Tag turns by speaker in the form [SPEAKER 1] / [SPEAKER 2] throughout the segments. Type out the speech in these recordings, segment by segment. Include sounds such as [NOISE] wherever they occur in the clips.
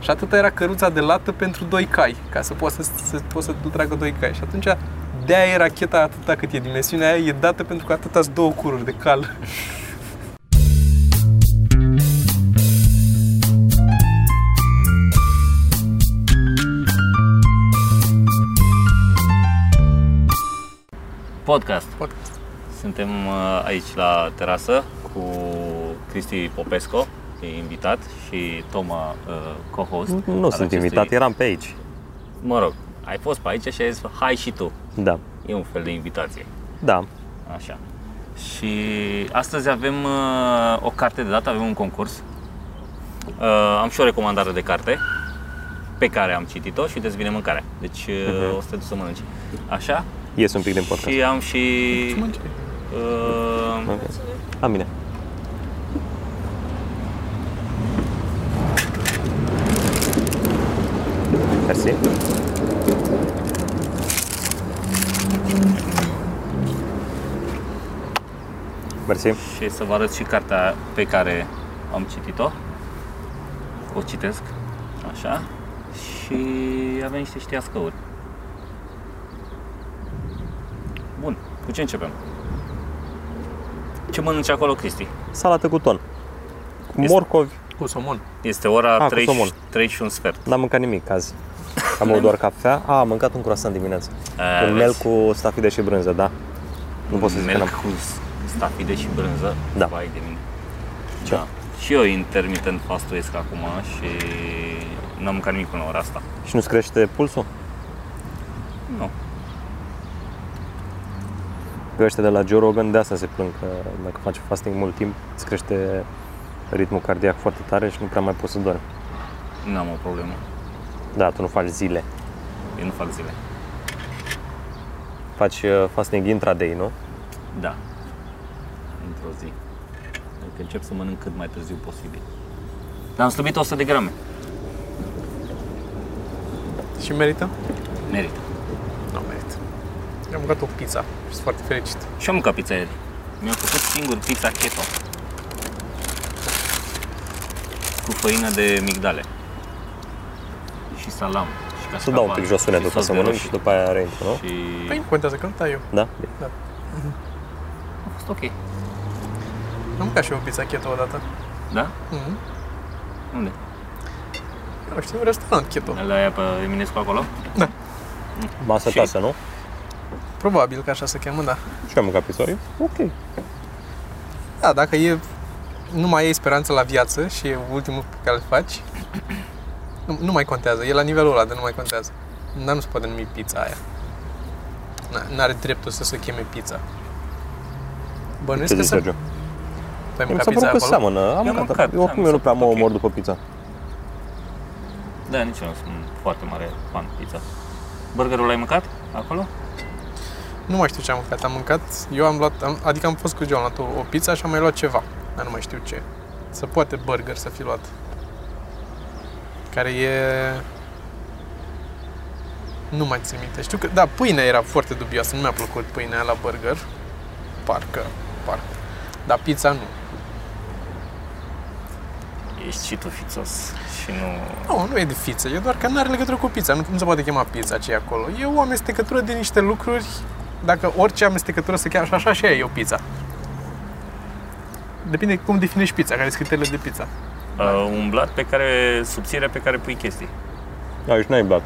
[SPEAKER 1] Și atât era căruța de lată pentru doi cai, ca să poți să, să, poți să tragă doi cai. Și atunci de aia e racheta atâta cât e dimensiunea aia, e dată pentru că atâta două cururi de cal.
[SPEAKER 2] Podcast.
[SPEAKER 1] Podcast.
[SPEAKER 2] Suntem uh, aici la terasă cu Cristi Popesco, e invitat, și Toma, uh, co-host.
[SPEAKER 3] Nu
[SPEAKER 2] al
[SPEAKER 3] sunt
[SPEAKER 2] acestui-
[SPEAKER 3] invitat, eram pe aici.
[SPEAKER 2] Mă rog, ai fost pe aici și ai zis, hai și tu.
[SPEAKER 3] Da,
[SPEAKER 2] E un fel de invitație.
[SPEAKER 3] da.
[SPEAKER 2] Așa. Și astăzi avem uh, o carte de dat, avem un concurs. Uh, am și o recomandare de carte pe care am citit-o și dezvine mâncarea. Deci uh, o să te duci să mănânci. Așa?
[SPEAKER 3] Ies Mhm. un pic din podcast.
[SPEAKER 2] Și am și...
[SPEAKER 1] Deci,
[SPEAKER 2] Uh,
[SPEAKER 3] Ok. A mine. Mersi. Mersi.
[SPEAKER 2] și să vă arăt și cartea pe care am citit-o. O citesc. Așa. Și avem niște știascăuri. Bun. Cu ce începem? Ce mănânci acolo, Cristi?
[SPEAKER 3] Salată cu ton. Cu
[SPEAKER 2] Este-
[SPEAKER 3] morcovi.
[SPEAKER 1] Cu somon.
[SPEAKER 2] Este ora
[SPEAKER 3] Ah, cu
[SPEAKER 2] 30,
[SPEAKER 3] somon.
[SPEAKER 2] 30 și un sfert.
[SPEAKER 3] N-am mâncat nimic azi. Am băut doar cafea. A, am mâncat un croissant dimineața.
[SPEAKER 2] A,
[SPEAKER 3] un mel
[SPEAKER 2] vezi?
[SPEAKER 3] cu stafide și brânză, da. Nu pot să zic că
[SPEAKER 2] Merg
[SPEAKER 3] n-am.
[SPEAKER 2] cu stafide și brânză.
[SPEAKER 3] Da.
[SPEAKER 2] Vai de mine.
[SPEAKER 3] Ce?
[SPEAKER 2] Da. Și eu intermitent fastuiesc acum și n-am mâncat nimic până la ora asta.
[SPEAKER 3] Și nu-ți crește pulsul?
[SPEAKER 2] Nu.
[SPEAKER 3] Că ăștia de la Joe Rogan de asta se plâng că dacă faci fasting mult timp, îți crește ritmul cardiac foarte tare și nu prea mai poți să dormi.
[SPEAKER 2] Nu am o problemă.
[SPEAKER 3] Da, tu nu faci zile.
[SPEAKER 2] Eu nu fac zile.
[SPEAKER 3] Faci uh, fasting intraday, nu?
[SPEAKER 2] Da. Într-o zi. Adică încep să mănânc cât mai târziu posibil. Dar am slăbit 100 de grame.
[SPEAKER 1] Și merită?
[SPEAKER 2] Merită.
[SPEAKER 1] Nu merită. Eu am mâncat o pizza și sunt foarte fericit.
[SPEAKER 2] Și am mâncat pizza ieri. Mi-am făcut singur pizza keto. Cu făină de migdale. Și salam. Și
[SPEAKER 3] Să dau un
[SPEAKER 2] cașcaval,
[SPEAKER 3] pic jos sunetul
[SPEAKER 2] și
[SPEAKER 3] ca
[SPEAKER 2] sos
[SPEAKER 3] să
[SPEAKER 2] de
[SPEAKER 3] mănânc
[SPEAKER 2] roșii.
[SPEAKER 3] și după aia reintru, nu?
[SPEAKER 2] Și
[SPEAKER 1] Păi nu contează că nu tai eu.
[SPEAKER 3] Da? Bine.
[SPEAKER 2] a fost ok.
[SPEAKER 1] Am mâncat și eu o pizza keto odată.
[SPEAKER 2] Da?
[SPEAKER 1] Mm-hmm.
[SPEAKER 2] Unde?
[SPEAKER 1] Eu știu, un restaurant keto.
[SPEAKER 2] La aia pe Eminescu acolo?
[SPEAKER 3] Masă
[SPEAKER 2] Și-
[SPEAKER 3] tasă, nu?
[SPEAKER 1] Probabil că așa se cheamă, da.
[SPEAKER 3] Și eu am mâncat pizza. Ok.
[SPEAKER 1] Da, dacă e, nu mai ai speranță la viață și e ultimul pe care îl faci, nu, nu mai contează. E la nivelul ăla de nu mai contează. Dar nu se poate numi pizza aia. Na- N-are dreptul să se cheme pizza. Bănuiesc
[SPEAKER 3] Ce
[SPEAKER 1] că
[SPEAKER 3] zici,
[SPEAKER 1] se...
[SPEAKER 3] Sergio?
[SPEAKER 1] Tu ai
[SPEAKER 3] Mi
[SPEAKER 1] mâncat
[SPEAKER 3] s-a
[SPEAKER 1] pizza
[SPEAKER 3] părut că
[SPEAKER 1] acolo?
[SPEAKER 3] seamănă. Am
[SPEAKER 2] Eu am
[SPEAKER 3] mâncat.
[SPEAKER 2] mâncat,
[SPEAKER 3] Eu
[SPEAKER 2] da,
[SPEAKER 3] oricum eu
[SPEAKER 2] mi
[SPEAKER 3] nu
[SPEAKER 2] s-a
[SPEAKER 3] prea mă
[SPEAKER 2] părut ok.
[SPEAKER 3] omor după pizza.
[SPEAKER 2] Da, nici eu nu sunt foarte mare fan pizza. Burgerul l-ai mâncat acolo?
[SPEAKER 1] Nu mai știu ce am mâncat. Am mâncat, eu am luat, am, adică am fost cu John, am luat o, o pizza și am mai luat ceva. Dar nu mai știu ce. Să poate burger să fi luat. Care e... Nu mai țin minte. Știu că, da, pâinea era foarte dubioasă. Nu mi-a plăcut pâinea la burger. Parcă, parcă. Dar pizza nu.
[SPEAKER 2] Ești și tu fițos și nu...
[SPEAKER 1] Nu, nu e de fiță, e doar că nu are legătură cu pizza. Nu, nu se poate chema pizza ce e acolo. E o amestecătură de niște lucruri. Dacă orice amestecătură se cheamă, și așa și aia e o pizza. Depinde cum definești pizza, care sunt criteriile de pizza.
[SPEAKER 2] Uh, un blat pe care, subțire pe care pui chestii.
[SPEAKER 3] Aici Da, n-ai blat.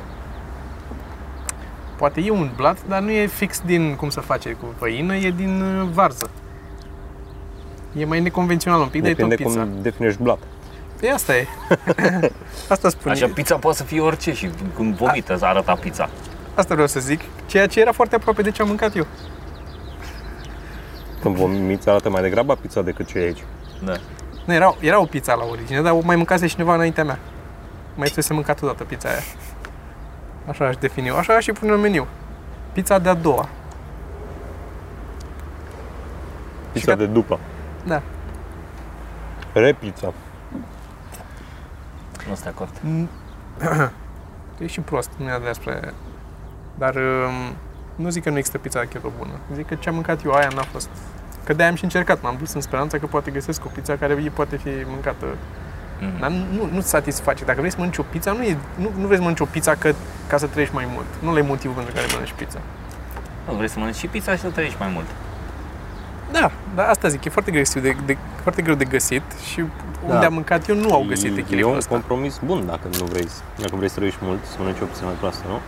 [SPEAKER 1] Poate e un blat, dar nu e fix din cum se face cu făină, e din uh, varză. E mai neconvențional un pic, dar e tot
[SPEAKER 3] Depinde
[SPEAKER 1] pizza. Cum...
[SPEAKER 3] cum definești blat.
[SPEAKER 1] E asta e. asta spune.
[SPEAKER 2] Așa, pizza poate să fie orice și când vomită să arăta pizza.
[SPEAKER 1] Asta vreau să zic. Ceea ce era foarte aproape de ce am mâncat eu.
[SPEAKER 3] Când vomiți arată mai degrabă pizza decât ce e aici.
[SPEAKER 2] Da.
[SPEAKER 1] Nu, era, era o pizza la origine, dar o mai mâncase cineva înaintea mea. Mai trebuie să mâncat odată pizza aia. Așa aș defini eu. Așa aș și pune în meniu. Pizza de-a doua.
[SPEAKER 3] Pizza
[SPEAKER 1] că-
[SPEAKER 3] de după.
[SPEAKER 1] Da.
[SPEAKER 3] Repizza.
[SPEAKER 2] Nu sunt de acord.
[SPEAKER 1] Mm. [CLEARS THROAT] E și prost, nu e despre... Dar um, nu zic că nu există pizza keto bună. Zic că ce am mâncat eu aia n-a fost... Că de-aia am și încercat. M-am dus în speranța că poate găsesc o pizza care e- poate fi mâncată
[SPEAKER 2] Mhm.
[SPEAKER 1] Dar nu, nu-ți satisface. Dacă vrei să mănânci o pizza, nu, e, nu, nu vrei să mănânci o pizza că, ca să trăiești mai mult. Nu le motivul pentru care mănânci pizza.
[SPEAKER 2] Nu, vrei să mănânci și pizza și să trăiești mai mult.
[SPEAKER 1] Da, dar asta zic, e foarte greu de, de, foarte greu de găsit și da. unde am mâncat eu nu au găsit
[SPEAKER 3] Mm, E
[SPEAKER 1] echilibrul
[SPEAKER 3] un
[SPEAKER 1] ăsta.
[SPEAKER 3] compromis bun dacă nu vrei, să- dacă vrei să trăiești mult, să mănânci o opțiune mai proastă, nu?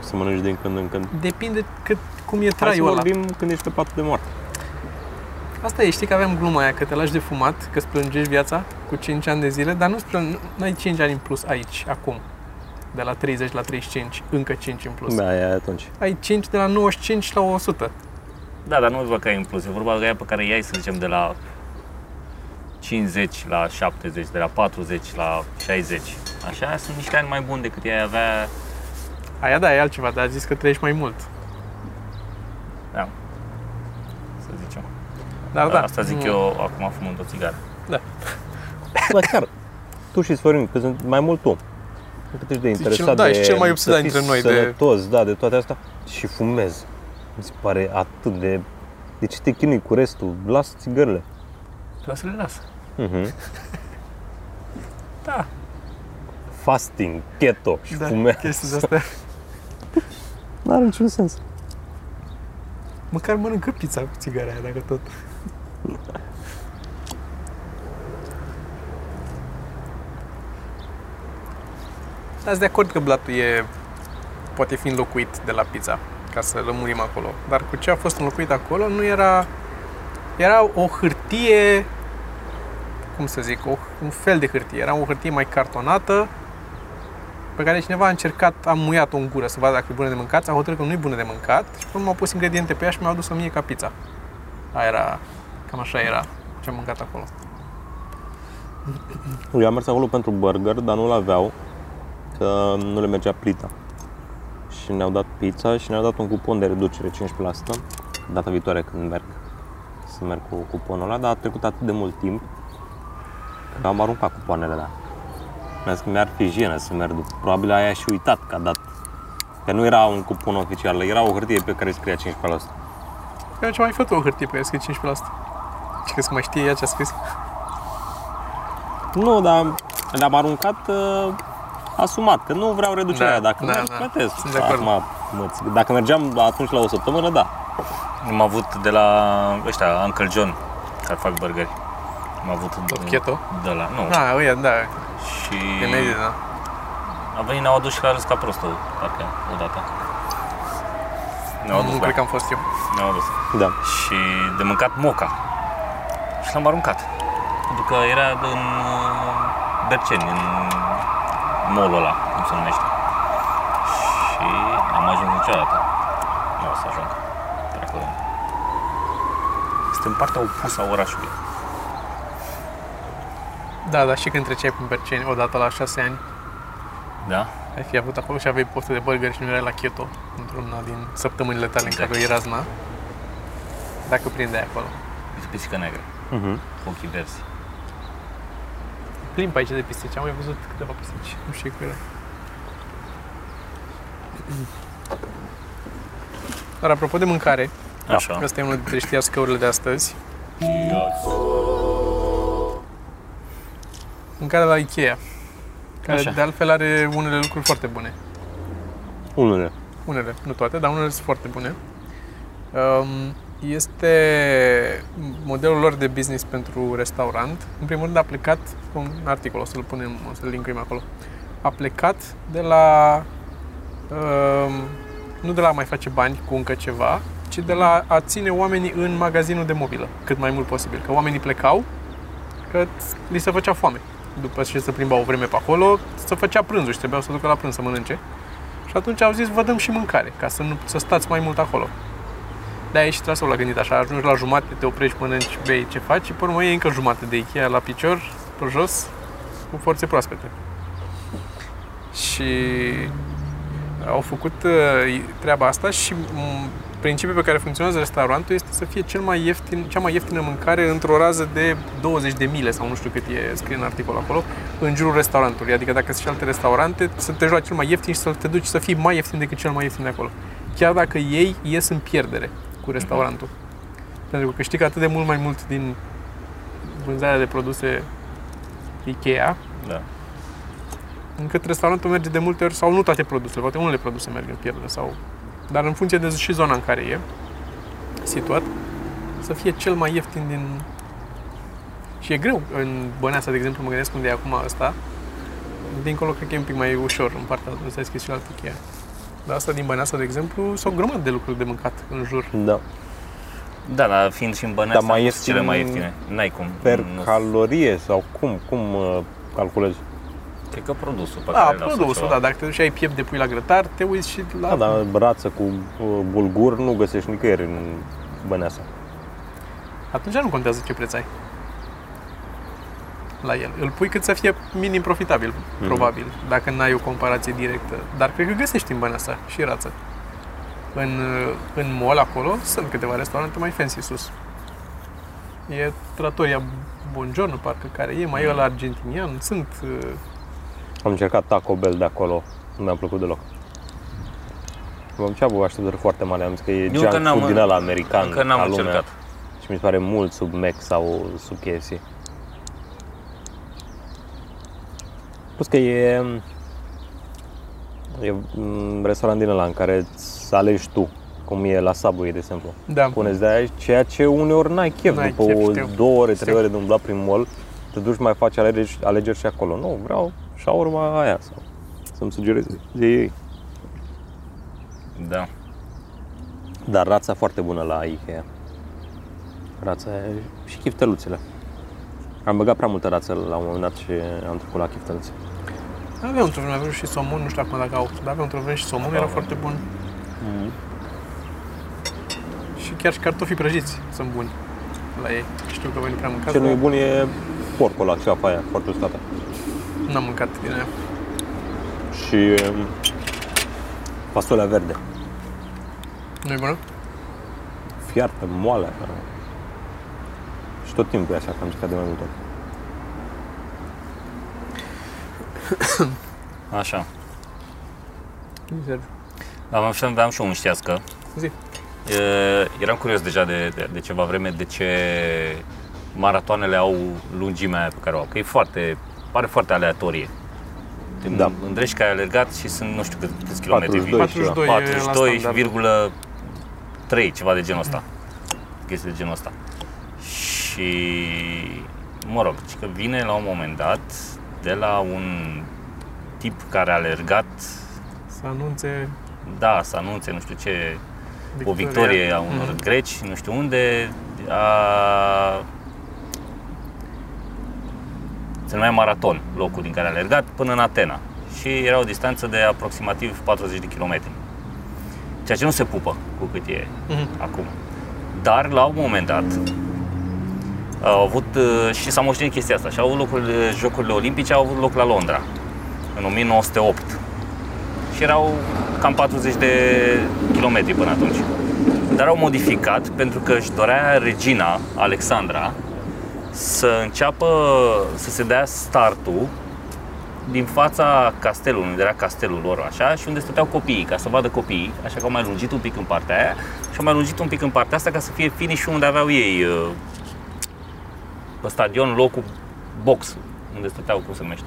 [SPEAKER 3] Să mănânci din când în când.
[SPEAKER 1] Depinde cât, cum e
[SPEAKER 3] Hai să
[SPEAKER 1] traiul ăla.
[SPEAKER 3] vorbim când ești pe patul de moarte.
[SPEAKER 1] Asta e, știi că aveam gluma aia, că te lași de fumat, că îți plângești viața cu 5 ani de zile, dar nu-ți plân... n-ai 5 ani în plus aici, acum. De la 30 la 35, încă 5 în plus.
[SPEAKER 3] Da, e atunci.
[SPEAKER 1] Ai 5 de la 95 la 100.
[SPEAKER 2] Da, dar nu văd că e în plus. E vorba de aia pe care iai, să zicem, de la 50 la 70, de la 40 la 60. Așa sunt niște ani mai buni decât ai avea...
[SPEAKER 1] Aia da, e altceva, dar a zis că trăiești mai mult.
[SPEAKER 2] Da, să zicem.
[SPEAKER 1] Dar da,
[SPEAKER 2] Asta zic
[SPEAKER 1] nu-
[SPEAKER 2] eu acum fumând o țigară.
[SPEAKER 3] Da, chiar. Tu și Sorin, că sunt mai mult tu. Cât ești de interesat
[SPEAKER 1] cel- da,
[SPEAKER 3] de,
[SPEAKER 1] ești cel mai obsedat
[SPEAKER 3] să fii
[SPEAKER 1] dintre noi de-
[SPEAKER 3] sănătos, de... da, de toate astea. Și fumez. Mi se pare atât de... De ce te chinui cu restul? Las țigările.
[SPEAKER 2] Vreau să le las.
[SPEAKER 3] Mhm. [LAUGHS]
[SPEAKER 1] Da.
[SPEAKER 3] Fasting, keto și
[SPEAKER 1] Da,
[SPEAKER 3] fumez.
[SPEAKER 1] chestii astea.
[SPEAKER 3] N-are niciun sens.
[SPEAKER 1] Măcar mănâncă pizza cu țigara aia, dacă tot. Ați de acord că blatul e, poate fi înlocuit de la pizza, ca să lămurim acolo. Dar cu ce a fost înlocuit acolo nu era... Era o hârtie, cum să zic, o, un fel de hârtie. Era o hârtie mai cartonată, pe care cineva a încercat, a muiat-o în gură să vadă dacă e bună de mâncat, a hotărât că nu e bună de mâncat și până m-au pus ingrediente pe ea și mi-au adus-o mie ca pizza. Aia era, cam așa era ce am mâncat acolo.
[SPEAKER 3] Eu am mers acolo pentru burger, dar nu-l aveau, că nu le mergea plita. Și ne-au dat pizza și ne-au dat un cupon de reducere 15% data viitoare când merg să merg cu cuponul ăla, dar a trecut atât de mult timp că am aruncat cupoanele alea. Mi-a zis că mi-ar fi jenă să merg după. Probabil aia și uitat că a dat. Că nu era un cupon oficial, era o hârtie pe care scria 15%.
[SPEAKER 1] Eu ce mai făcut o hârtie pe care scrie 15%. Și crezi că mai știe ea ce a scris?
[SPEAKER 3] Nu, dar le-am aruncat uh, asumat, că nu vreau reducerea.
[SPEAKER 1] Da,
[SPEAKER 3] dacă
[SPEAKER 1] da,
[SPEAKER 3] merg,
[SPEAKER 1] da.
[SPEAKER 3] plătesc.
[SPEAKER 1] Sunt de acord.
[SPEAKER 3] Acum, mă, țin- dacă mergeam atunci la o săptămână, da.
[SPEAKER 2] Am avut de la ăștia, Uncle John, care fac burgeri. Am avut
[SPEAKER 1] Tot
[SPEAKER 2] de-
[SPEAKER 1] keto?
[SPEAKER 2] De la, nu.
[SPEAKER 1] Da, ah, uite, da,
[SPEAKER 2] Și
[SPEAKER 1] e medie, da.
[SPEAKER 2] a venit, ne-au adus și la râs ca prostul, parcă, odată. Ne-au adus,
[SPEAKER 1] Nu
[SPEAKER 2] la-
[SPEAKER 1] cred că am fost eu.
[SPEAKER 2] ne-au adus.
[SPEAKER 3] Da.
[SPEAKER 2] și de mâncat moca. Și l-am aruncat. Pentru că era în uh, Berceni, în mall ăla, cum se numește. Și am ajuns niciodată. Nu o să ajung. Dracu de mine. Este în partea opusă a orașului.
[SPEAKER 1] Da, dar și când treceai prin Berceni odată la 6 ani,
[SPEAKER 2] Da?
[SPEAKER 1] ai fi avut acolo și aveai poftă de burger și nu erai la keto într-una din săptămânile tale în
[SPEAKER 2] Exact.
[SPEAKER 1] care o era zna. Dacă prindeai acolo.
[SPEAKER 2] Este pisică neagră,
[SPEAKER 3] Uh-huh.
[SPEAKER 2] cu ochii verzi.
[SPEAKER 1] Plimb pe aici de pisici, am mai văzut câteva pisici, nu știu cu ele. Dar apropo de mâncare,
[SPEAKER 2] Așa.
[SPEAKER 1] asta e unul dintre știa scăurile de astăzi, mâncarea la Ikea, care
[SPEAKER 2] Așa.
[SPEAKER 1] de altfel are unele lucruri foarte bune.
[SPEAKER 3] Unele.
[SPEAKER 1] Unele, nu toate, dar unele sunt foarte bune. Um, Este modelul lor de business pentru restaurant. În primul rând a plecat, un articol, o să-l punem, o să-l linkuim acolo. A plecat de la, um, nu de la a mai face bani cu încă ceva, ci de la a ține oamenii în magazinul de mobilă, cât mai mult posibil. Că oamenii plecau, că li se făcea foame. După ce se plimba o vreme pe acolo, se făcea prânzul și trebuiau să ducă la prânz să mănânce. Și atunci au zis, vă dăm și mâncare, ca să, nu, să stați mai mult acolo. De-aia e și traseul la gândit așa, ajungi la jumate, te oprești, mănânci, bei ce faci și pe urmă e încă jumate de Ikea la picior, pe jos, cu forțe proaspete. Și au făcut uh, treaba asta și mm, principiul pe care funcționează restaurantul este să fie cel mai ieftin, cea mai ieftină mâncare într-o rază de 20 de mile sau nu știu cât e scrie în articol acolo, în jurul restaurantului. Adică dacă sunt și alte restaurante, să te joci cel mai ieftin și să te duci să fii mai ieftin decât cel mai ieftin de acolo. Chiar dacă ei ies în pierdere cu restaurantul. Pentru că câștigă atât de mult mai mult din vânzarea de produse Ikea,
[SPEAKER 2] Da.
[SPEAKER 1] încât restaurantul merge de multe ori, sau nu toate produsele, poate unele produse merg în pierdere, sau, dar în funcție de și zona în care e situat, să fie cel mai ieftin din... Și e greu în Băneasa, de exemplu, mă gândesc unde e acum ăsta, dincolo cred că e un pic mai ușor în partea asta, s-a deschis și la Ikea. Dar asta din Băneasa, de exemplu, sunt o grămadă de lucruri de mâncat în jur.
[SPEAKER 3] Da.
[SPEAKER 2] Da, dar fiind și în Băneasa,
[SPEAKER 3] Dar mai
[SPEAKER 2] nu sunt cele
[SPEAKER 3] ieftin
[SPEAKER 2] mai ieftine. N-ai cum.
[SPEAKER 3] Per
[SPEAKER 2] nu,
[SPEAKER 3] calorie sau cum, cum uh, calculezi?
[SPEAKER 2] Cred că produsul pe
[SPEAKER 1] Da,
[SPEAKER 2] care l-au sau
[SPEAKER 1] produsul,
[SPEAKER 2] ceva.
[SPEAKER 1] da, dacă te duci și ai piept de pui la grătar, te uiți și la...
[SPEAKER 3] Da, dar brață cu uh, bulgur nu găsești nicăieri în Băneasa.
[SPEAKER 1] Atunci nu contează ce preț ai la el. Îl pui cât să fie minim profitabil, mm-hmm. probabil, dacă n-ai o comparație directă. Dar cred că găsești în banii asta și rață. În, în mall acolo sunt câteva restaurante mai fancy sus. E Trattoria Bongiorno, parcă, care e, mai e ăla argentinian, sunt... uh,
[SPEAKER 3] Am încercat Taco Bell de acolo, nu mi-a plăcut deloc. Vom ce avut așteptări foarte mari, am zis că e
[SPEAKER 2] Eu
[SPEAKER 3] junk
[SPEAKER 2] încă n-am-
[SPEAKER 3] food din ăla american
[SPEAKER 2] Încă n-am
[SPEAKER 3] ca lumea.
[SPEAKER 2] încercat.
[SPEAKER 3] Și mi se pare mult sub Mac sau sub KFC. Plus că e, e un restaurant din ăla în care îți alegi tu, cum e la Subway, de exemplu.
[SPEAKER 1] Da,
[SPEAKER 3] Puneți de aia, ceea ce uneori n-ai chef,
[SPEAKER 1] N-ai
[SPEAKER 3] după
[SPEAKER 1] chef,
[SPEAKER 3] o,
[SPEAKER 1] știu.
[SPEAKER 3] două ore, trei
[SPEAKER 1] Știu.
[SPEAKER 3] ore de umblat prin mall, te duci mai faci alegeri, alegeri și acolo. Nu, vreau shawarma aia sau să-mi sugereze ei.
[SPEAKER 2] Da.
[SPEAKER 3] Dar rața foarte bună la Ikea. Rața și chifteluțele. Am băgat prea multă rață la un moment dat și am trecut la chifteluțe.
[SPEAKER 1] aveau într-o vreme, aveau și somon, nu știu acum dacă au, dar aveau într-o vreme și somon, era
[SPEAKER 2] Aveau.
[SPEAKER 1] foarte bun.
[SPEAKER 2] Mhm.
[SPEAKER 1] Și chiar și cartofii prăjiți sunt buni la ei. Știu că voi nu prea mâncați,
[SPEAKER 3] Ce nu
[SPEAKER 1] dar-
[SPEAKER 3] e bun e porcul ăla, ceapa aia, foarte uscată.
[SPEAKER 1] N-am mâncat din aia.
[SPEAKER 3] Și um, fasolea verde.
[SPEAKER 1] nu e bună?
[SPEAKER 3] Fiartă, moale. Și tot timpul e așa, că am încercat de mai multe ori.
[SPEAKER 2] Așa.
[SPEAKER 1] Mizer.
[SPEAKER 2] Am, și- aveam și eu un știască.
[SPEAKER 1] Zi.
[SPEAKER 2] E, eram curios deja de, de, de ceva vreme de ce maratoanele au lungimea aia pe care o au. Că e foarte, pare foarte aleatorie. Te
[SPEAKER 3] Da.
[SPEAKER 2] da. îndrești că ai alergat și sunt nu știu cât, câți kilometri.
[SPEAKER 3] 42 și ceva.
[SPEAKER 1] 42, e la standard.
[SPEAKER 2] 42,3 ceva de genul ăsta. Chestii de genul ăsta. Și mă rog, ci că vine la un moment dat de la un tip care a alergat,
[SPEAKER 1] Să anunțe
[SPEAKER 2] da, să anunțe nu știu ce
[SPEAKER 1] victoria.
[SPEAKER 2] o victorie a unor
[SPEAKER 1] Mhm.
[SPEAKER 2] greci, nu știu unde, a... se numea Maraton, locul din care a alergat, până în Atena. Și era o distanță de aproximativ 40 de kilometri. Ceea ce nu se pupă cu cât e
[SPEAKER 1] Mhm.
[SPEAKER 2] acum. Dar la un moment dat au avut uh, și s-a moștenit chestia asta. Și au avut locurile, jocurile olimpice au avut loc la Londra în 1908. Și erau cam 40 de kilometri până atunci. Dar au modificat pentru că își dorea regina Alexandra să înceapă să se dea startul din fața castelului, unde era castelul lor, așa, și unde stăteau copiii, ca să vadă copiii, așa că au mai lungit un pic în partea aia și au mai lungit un pic în partea asta ca să fie finish unde aveau ei uh, pe stadion locul box, unde stăteau, cum se numește,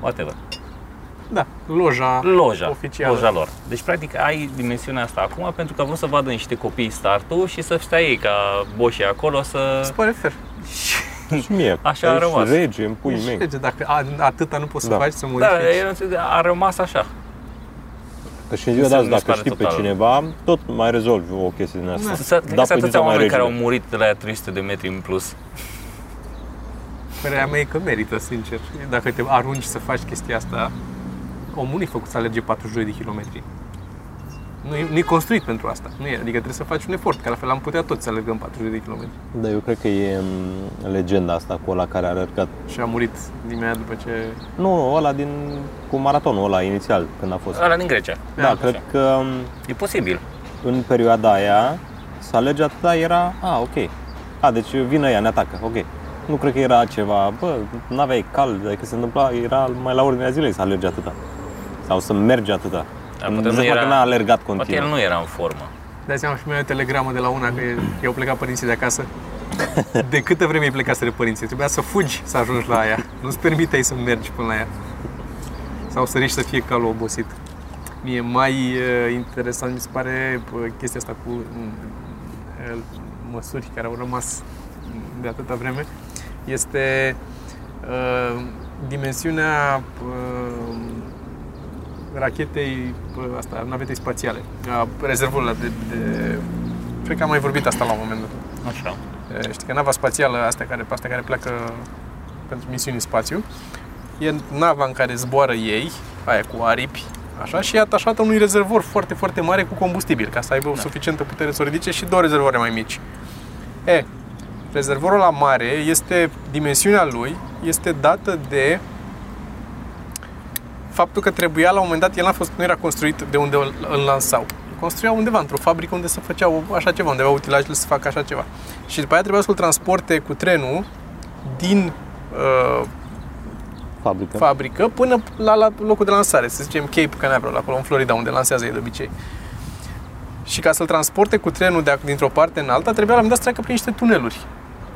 [SPEAKER 2] whatever,
[SPEAKER 1] Da, loja.
[SPEAKER 2] loja,
[SPEAKER 1] Oficială.
[SPEAKER 2] loja lor. Deci, practic, ai dimensiunea asta acum pentru că au vrut să vadă niște copii startul și să stea ei ca boșii acolo să...
[SPEAKER 1] [LAUGHS] Spare fer.
[SPEAKER 3] Și mie.
[SPEAKER 2] Așa a
[SPEAKER 3] Ești
[SPEAKER 2] rămas.
[SPEAKER 3] rege în pui
[SPEAKER 1] Și
[SPEAKER 3] mei.
[SPEAKER 1] lege, dacă a, atâta nu poți să
[SPEAKER 3] Da.
[SPEAKER 1] faci, să
[SPEAKER 2] Da,
[SPEAKER 1] modifici.
[SPEAKER 2] el a rămas așa.
[SPEAKER 3] Că și în ziua de
[SPEAKER 2] Se
[SPEAKER 3] azi, dacă
[SPEAKER 2] mișcare
[SPEAKER 3] știi pe
[SPEAKER 2] totală.
[SPEAKER 3] cineva, tot mai rezolvi o chestie din asta.
[SPEAKER 2] S- Cred că sunt
[SPEAKER 3] Da, pe
[SPEAKER 2] atâția
[SPEAKER 3] dita mai
[SPEAKER 2] oameni care au
[SPEAKER 3] rege.
[SPEAKER 2] murit de la aia 300 de metri în plus.
[SPEAKER 1] Părerea mea e că merită, sincer. Dacă te arunci să faci chestia asta, omul nu-i făcut să alerge 42 de kilometri. Nu e, nu e construit pentru asta. Nu e, adică trebuie să faci un efort, că la fel am putea toți să alergăm 42 de kilometri.
[SPEAKER 3] Dar eu cred că e m, legenda asta cu ăla care a alergat.
[SPEAKER 1] Și a murit dimineața după ce...
[SPEAKER 3] Nu, nu, ăla din, cu maratonul ăla inițial, când a fost.
[SPEAKER 2] Ăla din Grecia.
[SPEAKER 3] Da, cred că m,
[SPEAKER 2] E posibil.
[SPEAKER 3] în perioada aia să alege atâta era, a, ok. A, deci vine ea, ne atacă, ok. Nu cred că era ceva, bă, n-aveai cal, dacă se întâmpla, era mai la ordinea zilei să alergi atâta. Sau să mergi atâta.
[SPEAKER 2] Dar
[SPEAKER 3] Nu
[SPEAKER 2] poate nu
[SPEAKER 3] știu dacă
[SPEAKER 2] era-
[SPEAKER 3] n-a alergat continuu.
[SPEAKER 2] Poate el nu era în formă.
[SPEAKER 1] Dați seama și mie o telegramă de la una, că eu plecat părinții de acasă De câtă vreme ai plecat să părinții? Trebuia să fugi să ajungi la aia. Nu-ți permiteai să mergi până la ea. Sau să riști să fie calul obosit. Mie mai uh, interesant mi se pare uh, chestia asta cu uh, măsuri care au rămas de atâta vreme. Este uh, dimensiunea uh, rachetei, uh, asta, a navetei spațiale, a rezervorului ăla de, de... Cred că am mai vorbit asta la un moment dat.
[SPEAKER 2] Așa.
[SPEAKER 1] E, Știi că nava spațială, asta care, asta care pleacă pentru misiuni în spațiu, e nava în care zboară ei, aia cu aripi, așa, și e atașată unui rezervor foarte, foarte mare cu combustibil, ca să aibă da. suficientă putere să o ridice și două rezervoare mai mici. E, rezervorul la mare este, dimensiunea lui, este dată de faptul că trebuia la un moment dat, el n-a fost, nu era construit de unde îl îl lansau. Îl Construiau undeva, într-o fabrică unde se făcea o- așa ceva, undeva utilajele să facă așa ceva. Și după aia trebuia să-l transporte cu trenul din uh,
[SPEAKER 3] fabrică.
[SPEAKER 1] fabrică până la, la locul de lansare, să zicem Cape Canaveral, acolo în Florida, unde lansează ei de obicei. Și ca să-l transporte cu trenul de, ac- dintr-o parte în alta, trebuia la un moment dat să treacă prin niște tuneluri.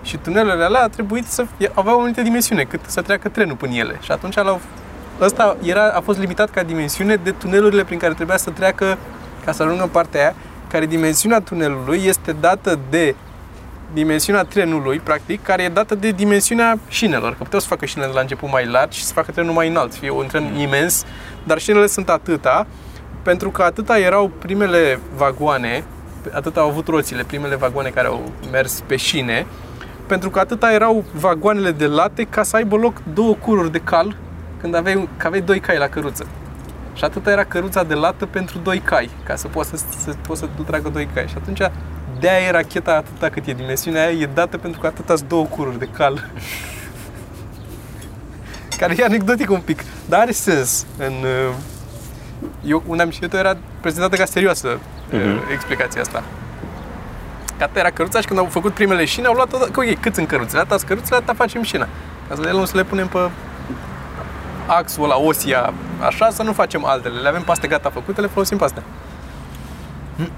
[SPEAKER 1] Și tunelele alea a trebuit să fie- aveau o anumită dimensiune, cât să treacă trenul prin ele. Și atunci l-au, ăsta era, a fost limitat ca dimensiune de tunelurile prin care trebuia să treacă ca să ajungă în partea aia, care dimensiunea tunelului este dată de dimensiunea trenului, practic, care e dată de dimensiunea șinelor. Că puteau să facă șinele de la început mai largi și să facă trenul mai înalt, să fie un tren imens, dar șinele sunt atâta, pentru că atâta erau primele vagoane, atâta au avut roțile, primele vagoane care au mers pe șine, pentru că atâta erau vagoanele de late ca să aibă loc două cururi de cal când aveai, un- că aveai doi cai la căruță. Și atâta era căruța de lată pentru doi cai, ca să poți să, să, poți să tragă doi cai. Și atunci de-aia e racheta atâta cât e dimensiunea aia, e dată pentru că atâta sunt două cururi de cal. Care e anecdotic un pic, dar are sens. În, uh, eu, unde am citit era prezentată ca serioasă uh,
[SPEAKER 3] Mhm.
[SPEAKER 1] explicația asta. Că atâta era căruța și când au făcut primele șine, au luat-o, că ok, cât în căruțele, atâta sunt căruțele, atâta facem șina. Ca să le luăm, să le punem pe axul ăla, osia, așa, să nu facem altele. Le avem paste gata făcute, le folosim pe astea. [CLEARS THROAT]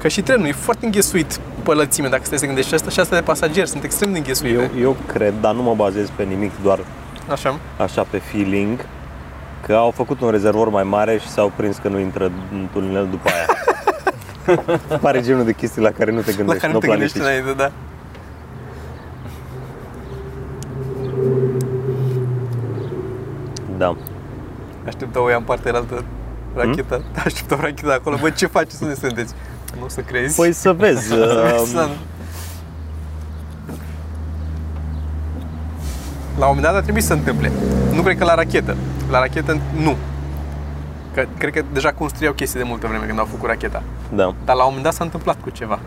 [SPEAKER 1] Că și trenul e foarte înghesuit pe lățime, dacă stai să gândești. Și asta și asta de pasageri sunt extrem de înghesuite.
[SPEAKER 3] Eu, eu cred, dar nu mă bazez pe nimic, doar
[SPEAKER 1] Așa.
[SPEAKER 3] așa pe feeling, că au făcut un rezervor mai mare și s-au prins că nu intră în tunel după
[SPEAKER 1] [LAUGHS]
[SPEAKER 3] aia. Pare genul de chestii la care nu te gândești,
[SPEAKER 1] La care nu te gândești
[SPEAKER 3] planifici.
[SPEAKER 1] înainte, da.
[SPEAKER 3] Da.
[SPEAKER 1] Aștept o ia în partea altă racheta. Hmm? [LAUGHS] Aștept o racheta acolo. Bă, ce faceți? Unde sunteți? Nu o să crezi. [LAUGHS]
[SPEAKER 3] Păi să vezi,
[SPEAKER 1] Să-
[SPEAKER 3] uh,
[SPEAKER 1] La un moment dat a trebuit să se întâmple. Nu cred că la rachetă. La rachetă nu. Că, cred că deja construiau chestii de multă vreme când au făcut racheta.
[SPEAKER 3] da.
[SPEAKER 1] Dar la un moment dat s-a întâmplat cu ceva.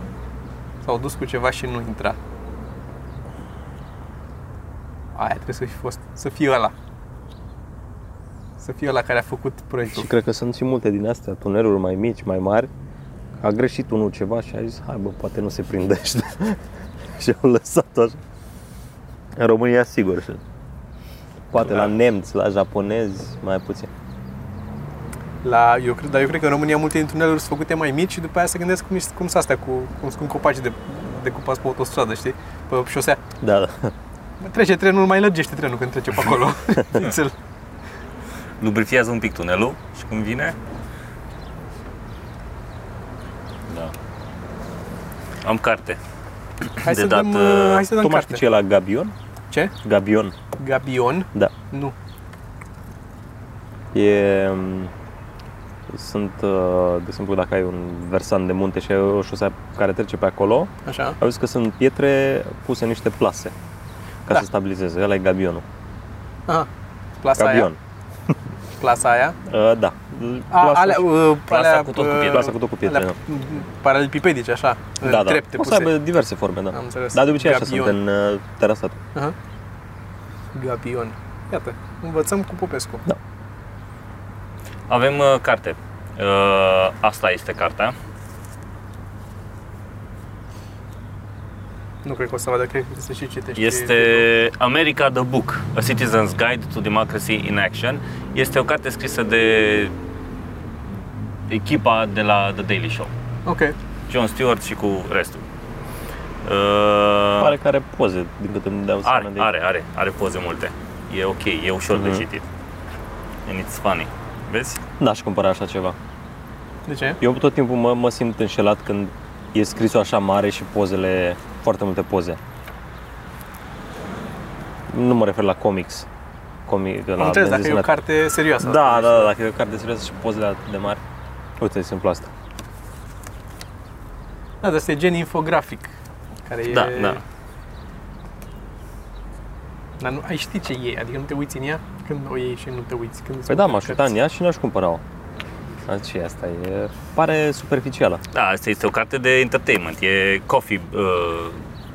[SPEAKER 1] S-au dus cu ceva și nu intra. Aia trebuie să fi fost, să fie ăla. Să fie ăla care a făcut proiectul.
[SPEAKER 3] Și cred că sunt și multe din astea, tuneluri mai mici, mai mari. A greșit unul ceva și a zis, hai bă, poate nu se prindește. [LAUGHS] și au lăsat așa. În România, sigur. și- Poate
[SPEAKER 2] Da.
[SPEAKER 3] la nemți, la japonezi, mai puțin.
[SPEAKER 1] La, eu cred, dar eu cred că în România multe din tuneluri sunt făcute mai mici și după aia se gândesc cum, ești- cum sunt astea cu, cum sunt copaci de, de cupați pe autostradă, știi? Pe șosea.
[SPEAKER 3] Da, da.
[SPEAKER 1] Mă, Trece trenul, mai lărgește trenul când trece pe acolo. [LAUGHS] Înțel.
[SPEAKER 2] Lubrifiază un pic tunelul și când vine... Da. Am carte.
[SPEAKER 1] Hai
[SPEAKER 2] De
[SPEAKER 1] să
[SPEAKER 2] dat,
[SPEAKER 1] dăm,
[SPEAKER 2] uh,
[SPEAKER 1] uh, hai să dăm
[SPEAKER 3] Tu mai știi
[SPEAKER 1] carte.
[SPEAKER 3] ce e la Gabion?
[SPEAKER 1] Ce?
[SPEAKER 3] Gabion,
[SPEAKER 1] Gabion?
[SPEAKER 3] da.
[SPEAKER 1] Nu.
[SPEAKER 3] E, m, sunt, uh, de exemplu, dacă ai un versant de munte și ai o șosea care trece pe acolo,
[SPEAKER 1] Așa.
[SPEAKER 3] Au zis că sunt pietre puse în niște plase ca
[SPEAKER 1] Da.
[SPEAKER 3] să stabilizeze. Ăla e gabionul.
[SPEAKER 1] Aha. Plasa
[SPEAKER 3] Gabion.
[SPEAKER 1] aia. Plasa aia.
[SPEAKER 3] Uh, da.
[SPEAKER 1] A,
[SPEAKER 3] Plasa-
[SPEAKER 1] alea, uh,
[SPEAKER 2] plasa
[SPEAKER 1] alea,
[SPEAKER 2] cu tot cu pietre.
[SPEAKER 1] uh,
[SPEAKER 3] Plasa cu tot cu pietre,
[SPEAKER 1] alea,
[SPEAKER 3] da.
[SPEAKER 1] m, Paralipipedice, așa. în
[SPEAKER 3] da, da.
[SPEAKER 1] Trepte
[SPEAKER 3] o să
[SPEAKER 1] puse.
[SPEAKER 3] aibă diverse forme, da.
[SPEAKER 1] Am înțeles.
[SPEAKER 3] Dar de obicei așa
[SPEAKER 1] Gabion.
[SPEAKER 3] sunt în uh, terasat.
[SPEAKER 1] Aha. Gabion. Iată, învățăm cu Popescu.
[SPEAKER 2] Avem uh, carte. Uh, asta este cartea.
[SPEAKER 1] Nu cred că o să vadă, cred că se și
[SPEAKER 3] Deci
[SPEAKER 1] citește.
[SPEAKER 2] Este America the Book, A Citizen's Guide to Democracy in Action. Este o carte scrisă de echipa de la The Daily Show.
[SPEAKER 1] Ok.
[SPEAKER 2] John Stewart și cu restul. Uh,
[SPEAKER 3] Pare că are poze, din câte îmi dau seama
[SPEAKER 2] are,
[SPEAKER 3] de
[SPEAKER 2] are, are, are poze multe. E ok, e ușor
[SPEAKER 1] Mhm.
[SPEAKER 2] de citit. And it's funny. Vezi?
[SPEAKER 3] N-aș Da, cumpăra așa ceva.
[SPEAKER 1] De ce?
[SPEAKER 3] Eu tot timpul mă, mă simt înșelat când e scrisul așa mare și pozele, foarte multe poze. Nu mă refer la comics. Comic,
[SPEAKER 1] Am
[SPEAKER 3] la
[SPEAKER 1] înțeles dacă e o
[SPEAKER 3] desenat.
[SPEAKER 1] carte serioasă.
[SPEAKER 3] Da, da, da, dacă e o carte serioasă și pozele atât de mari. Uite, simplu asta.
[SPEAKER 1] Da, dar asta e gen infografic. Care e...
[SPEAKER 2] Da, da.
[SPEAKER 1] Dar nu, ai ști ce e, adică nu te uiți în ea când o iei și nu te uiți. Când
[SPEAKER 3] Păi da, m-aș uita în ea și n-aș cumpăra-o. Deci asta e, pare superficială.
[SPEAKER 2] Da, asta este o carte de entertainment. E coffee, uh,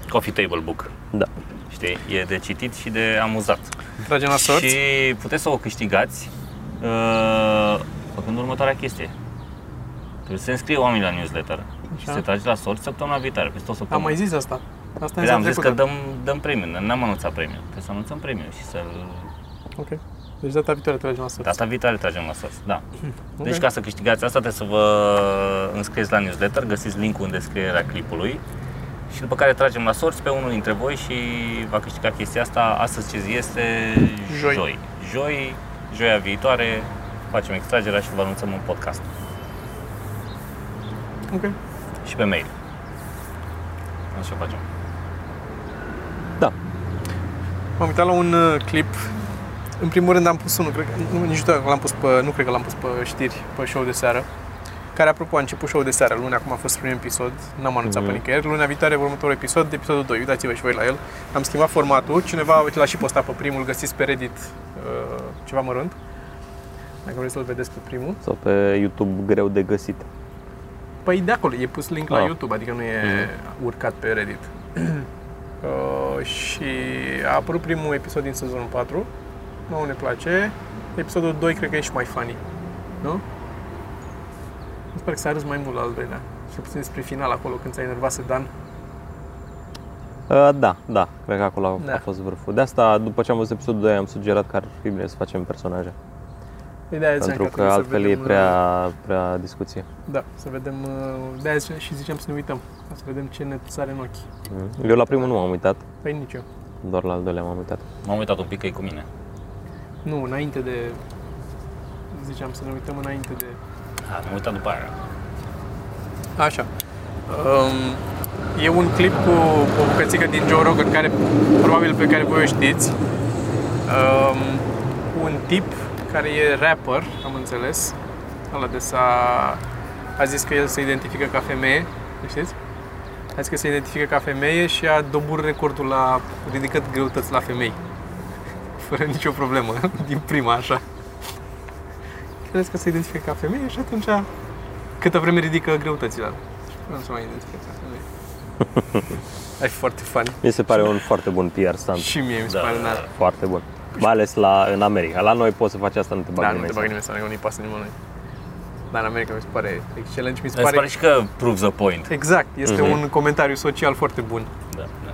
[SPEAKER 2] coffee table book.
[SPEAKER 3] Da.
[SPEAKER 2] Știi? E de citit și de amuzat.
[SPEAKER 1] Tragem la sorți.
[SPEAKER 2] Și puteți să o câștigați uh, făcând următoarea chestie. Trebuie să se înscrie oamenii la newsletter și
[SPEAKER 1] Așa.
[SPEAKER 2] se trage la sorți săptămâna viitoare, peste o
[SPEAKER 1] Am
[SPEAKER 2] săptămână.
[SPEAKER 1] mai zis exact asta. Asta
[SPEAKER 2] Păi da,
[SPEAKER 1] înseamnă
[SPEAKER 2] am zis că
[SPEAKER 1] trecută.
[SPEAKER 2] dăm, dăm premiu, dar n-am anunțat premiu. Trebuie să anunțăm premiu și să-l...
[SPEAKER 3] da.
[SPEAKER 1] Ok. Deci data viitoare tragem la sorți.
[SPEAKER 2] Data viitoare tragem la sorți, da.
[SPEAKER 1] Ok.
[SPEAKER 2] Deci ca să câștigați asta trebuie să vă înscrieți la newsletter, găsiți linkul în descrierea clipului și după care tragem la sorți pe unul dintre voi și va câștiga chestia asta astăzi ce zi este
[SPEAKER 1] Joi.
[SPEAKER 2] Joi, Joi joia viitoare facem extragerea și vă anunțăm un podcast
[SPEAKER 1] Ok.
[SPEAKER 2] și pe mail. Așa facem.
[SPEAKER 3] Da.
[SPEAKER 1] M-am uitat la un uh, clip. În primul rând am pus unul, cred că, nu, nici nu știu dacă l-am pus pe, nu cred că l-am pus pe știri, pe show de seară. Care, apropo, a început show de seară. Luni acum a fost primul episod, n-am anunțat mm-hmm. pe nicăieri. Luna viitoare, următorul episod, episodul 2. Uitați-vă și voi la el. Am schimbat formatul. Cineva, uite, l-a și postat pe primul, îl găsiți pe Reddit uh, ceva mărunt. Dacă vreți să-l vedeți pe primul.
[SPEAKER 3] Sau pe YouTube greu de găsit.
[SPEAKER 1] Păi de acolo, e pus link la
[SPEAKER 3] Ah. Mhm.
[SPEAKER 1] YouTube, adică nu e urcat pe Reddit. [CLEARS THROAT] uh, și a apărut primul episod din sezonul 4. Nu ne place. Episodul 2 cred că e și mai funny. Nu? Sper că s-a râs mai mult la al doilea. Și puțin spre final acolo, când s-a enervat Sedan.
[SPEAKER 3] Uh, da, da, cred că acolo a,
[SPEAKER 1] Da.
[SPEAKER 3] a fost vârful. De asta, după ce am văzut episodul 2, am sugerat că ar fi bine să facem personaje.
[SPEAKER 1] Ideea
[SPEAKER 3] pentru că altfel e prea, prea discuție.
[SPEAKER 1] uh, Da, să vedem... uh, De-aia zice- și ziceam să ne uităm. Ca Să vedem ce ne sare în ochi.
[SPEAKER 3] Mm. Eu la primul nu m-am uitat,
[SPEAKER 1] Păi nici eu.
[SPEAKER 3] doar la al doilea m-am uitat.
[SPEAKER 2] M-am uitat un pic că e cu mine.
[SPEAKER 1] Nu, înainte de... Ziceam să ne uităm înainte de...
[SPEAKER 2] A, Ah, m-am uitat după aia.
[SPEAKER 1] Așa. Um, e un clip cu o bucățică din Joe Rogan, care, probabil pe care voi o știți. Um, cu un tip care e rapper, am înțeles. Ăla de s-a... a zis că el se identifică ca femeie, nu știți? A zis că se identifică ca femeie și a dobor recordul la ridicat greutăți la femei. [LAUGHS] Fără nicio problemă, [LAUGHS] din prima așa. Crezi că se identifică ca femeie și atunci Câtă vreme ridică greutățile alea. Nu se mai identifică. [LAUGHS] Ai fi foarte fan.
[SPEAKER 3] Mi se pare un foarte bun PR stunt.
[SPEAKER 1] Și mie mi se
[SPEAKER 2] Da,
[SPEAKER 1] pare
[SPEAKER 2] da,
[SPEAKER 1] da,
[SPEAKER 2] da.
[SPEAKER 3] Foarte bun. Mai ales la, în America. La noi poți să faci asta, nu te bagi
[SPEAKER 1] da, nu
[SPEAKER 3] nimeni.
[SPEAKER 1] te bag nimeni să nu-i pasă nimănui. Dar în America mi se pare excelent și mi se
[SPEAKER 2] Îți
[SPEAKER 1] pare...
[SPEAKER 2] pare și că proves the point.
[SPEAKER 1] Exact, este
[SPEAKER 3] Mhm.
[SPEAKER 1] un comentariu social foarte bun
[SPEAKER 2] Da, da.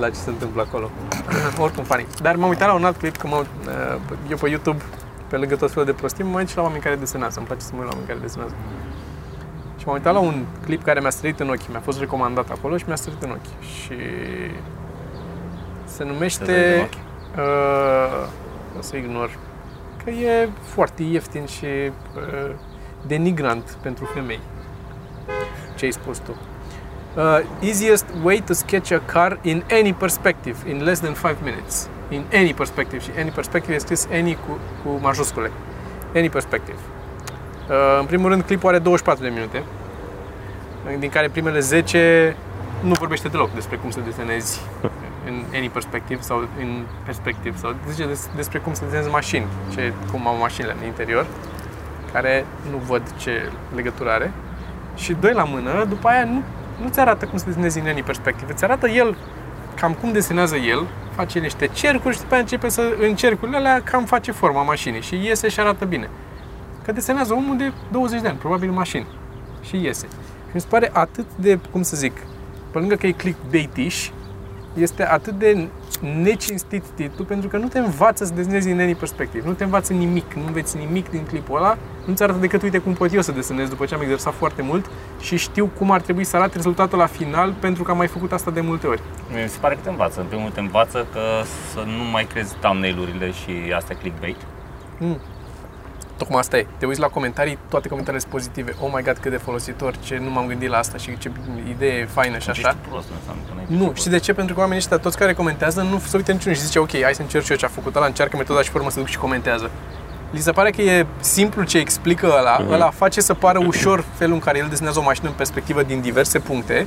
[SPEAKER 1] la ce se întâmplă acolo. [CLEARS THROAT] Oricum, funny. Dar m-am uitat la un alt clip, că m-au, uh, eu pe YouTube, pe lângă tot felul de prostii, mă uit și la oameni care desenează. Îmi place să mă uit la oameni care desenează. Și m-am uitat la un clip care mi-a străit în ochi, mi-a fost recomandat acolo și mi-a străit în ochi. Și se
[SPEAKER 2] Te dai
[SPEAKER 1] numește...
[SPEAKER 2] în
[SPEAKER 1] Uh, o să ignor. Că e foarte ieftin și uh, denigrant pentru femei. Ce ai spus tu? Uh, easiest way to sketch a car in any perspective, in less than 5 minutes. In any perspective. Și any perspective este scris any cu, cu majuscule. Any perspective. Uh, în primul rând, clipul are 24 de minute, din care primele 10 nu vorbește deloc despre cum să desenezi în any perspective sau în perspective sau zice des- despre cum să desenezi mașini, ce, cum au mașinile în interior, care nu văd ce legătură are. Și doi la mână, după aia nu, nu ți arată cum să desenezi în any perspective, îți arată el cam cum desenează el, face niște cercuri și după aia începe să, în cercurile alea, cam face forma mașinii și iese și arată bine. Că desenează omul de 20 de ani, probabil mașini. Și iese. Și mi se pare atât de, cum să zic, pe lângă că e clickbaitish, este atât de necinstit titlu pentru că nu te învață să desenezi din any perspective. Nu te învață nimic, nu înveți nimic din clipul ăla, nu ți arată decât uite cum pot eu să desenez după ce am exersat foarte mult și știu cum ar trebui să arate rezultatul la final pentru că am mai făcut asta de multe ori.
[SPEAKER 2] Mi se pare că te învață. În primul rând te învață că să nu mai crezi thumbnail-urile și astea clickbait.
[SPEAKER 1] Mm. Tocmai asta e. Te uiți la comentarii, toate comentariile sunt pozitive. Oh my god, cât de folositor, ce nu m-am gândit la asta și ce idee faină și așa.
[SPEAKER 2] Ești prost, nu înseamnă că n-ai
[SPEAKER 1] Nu,
[SPEAKER 2] trecut.
[SPEAKER 1] știi de ce? Pentru că oamenii ăștia, toți care comentează, nu se uită niciunul și zice, ok, hai să încerc și eu ce a făcut ăla, încearcă metoda și formă să duc și comentează. Li se pare că e simplu ce explică ăla,
[SPEAKER 3] Mhm.
[SPEAKER 1] ăla face să pară ușor felul în care el desenează o mașină în perspectivă din diverse puncte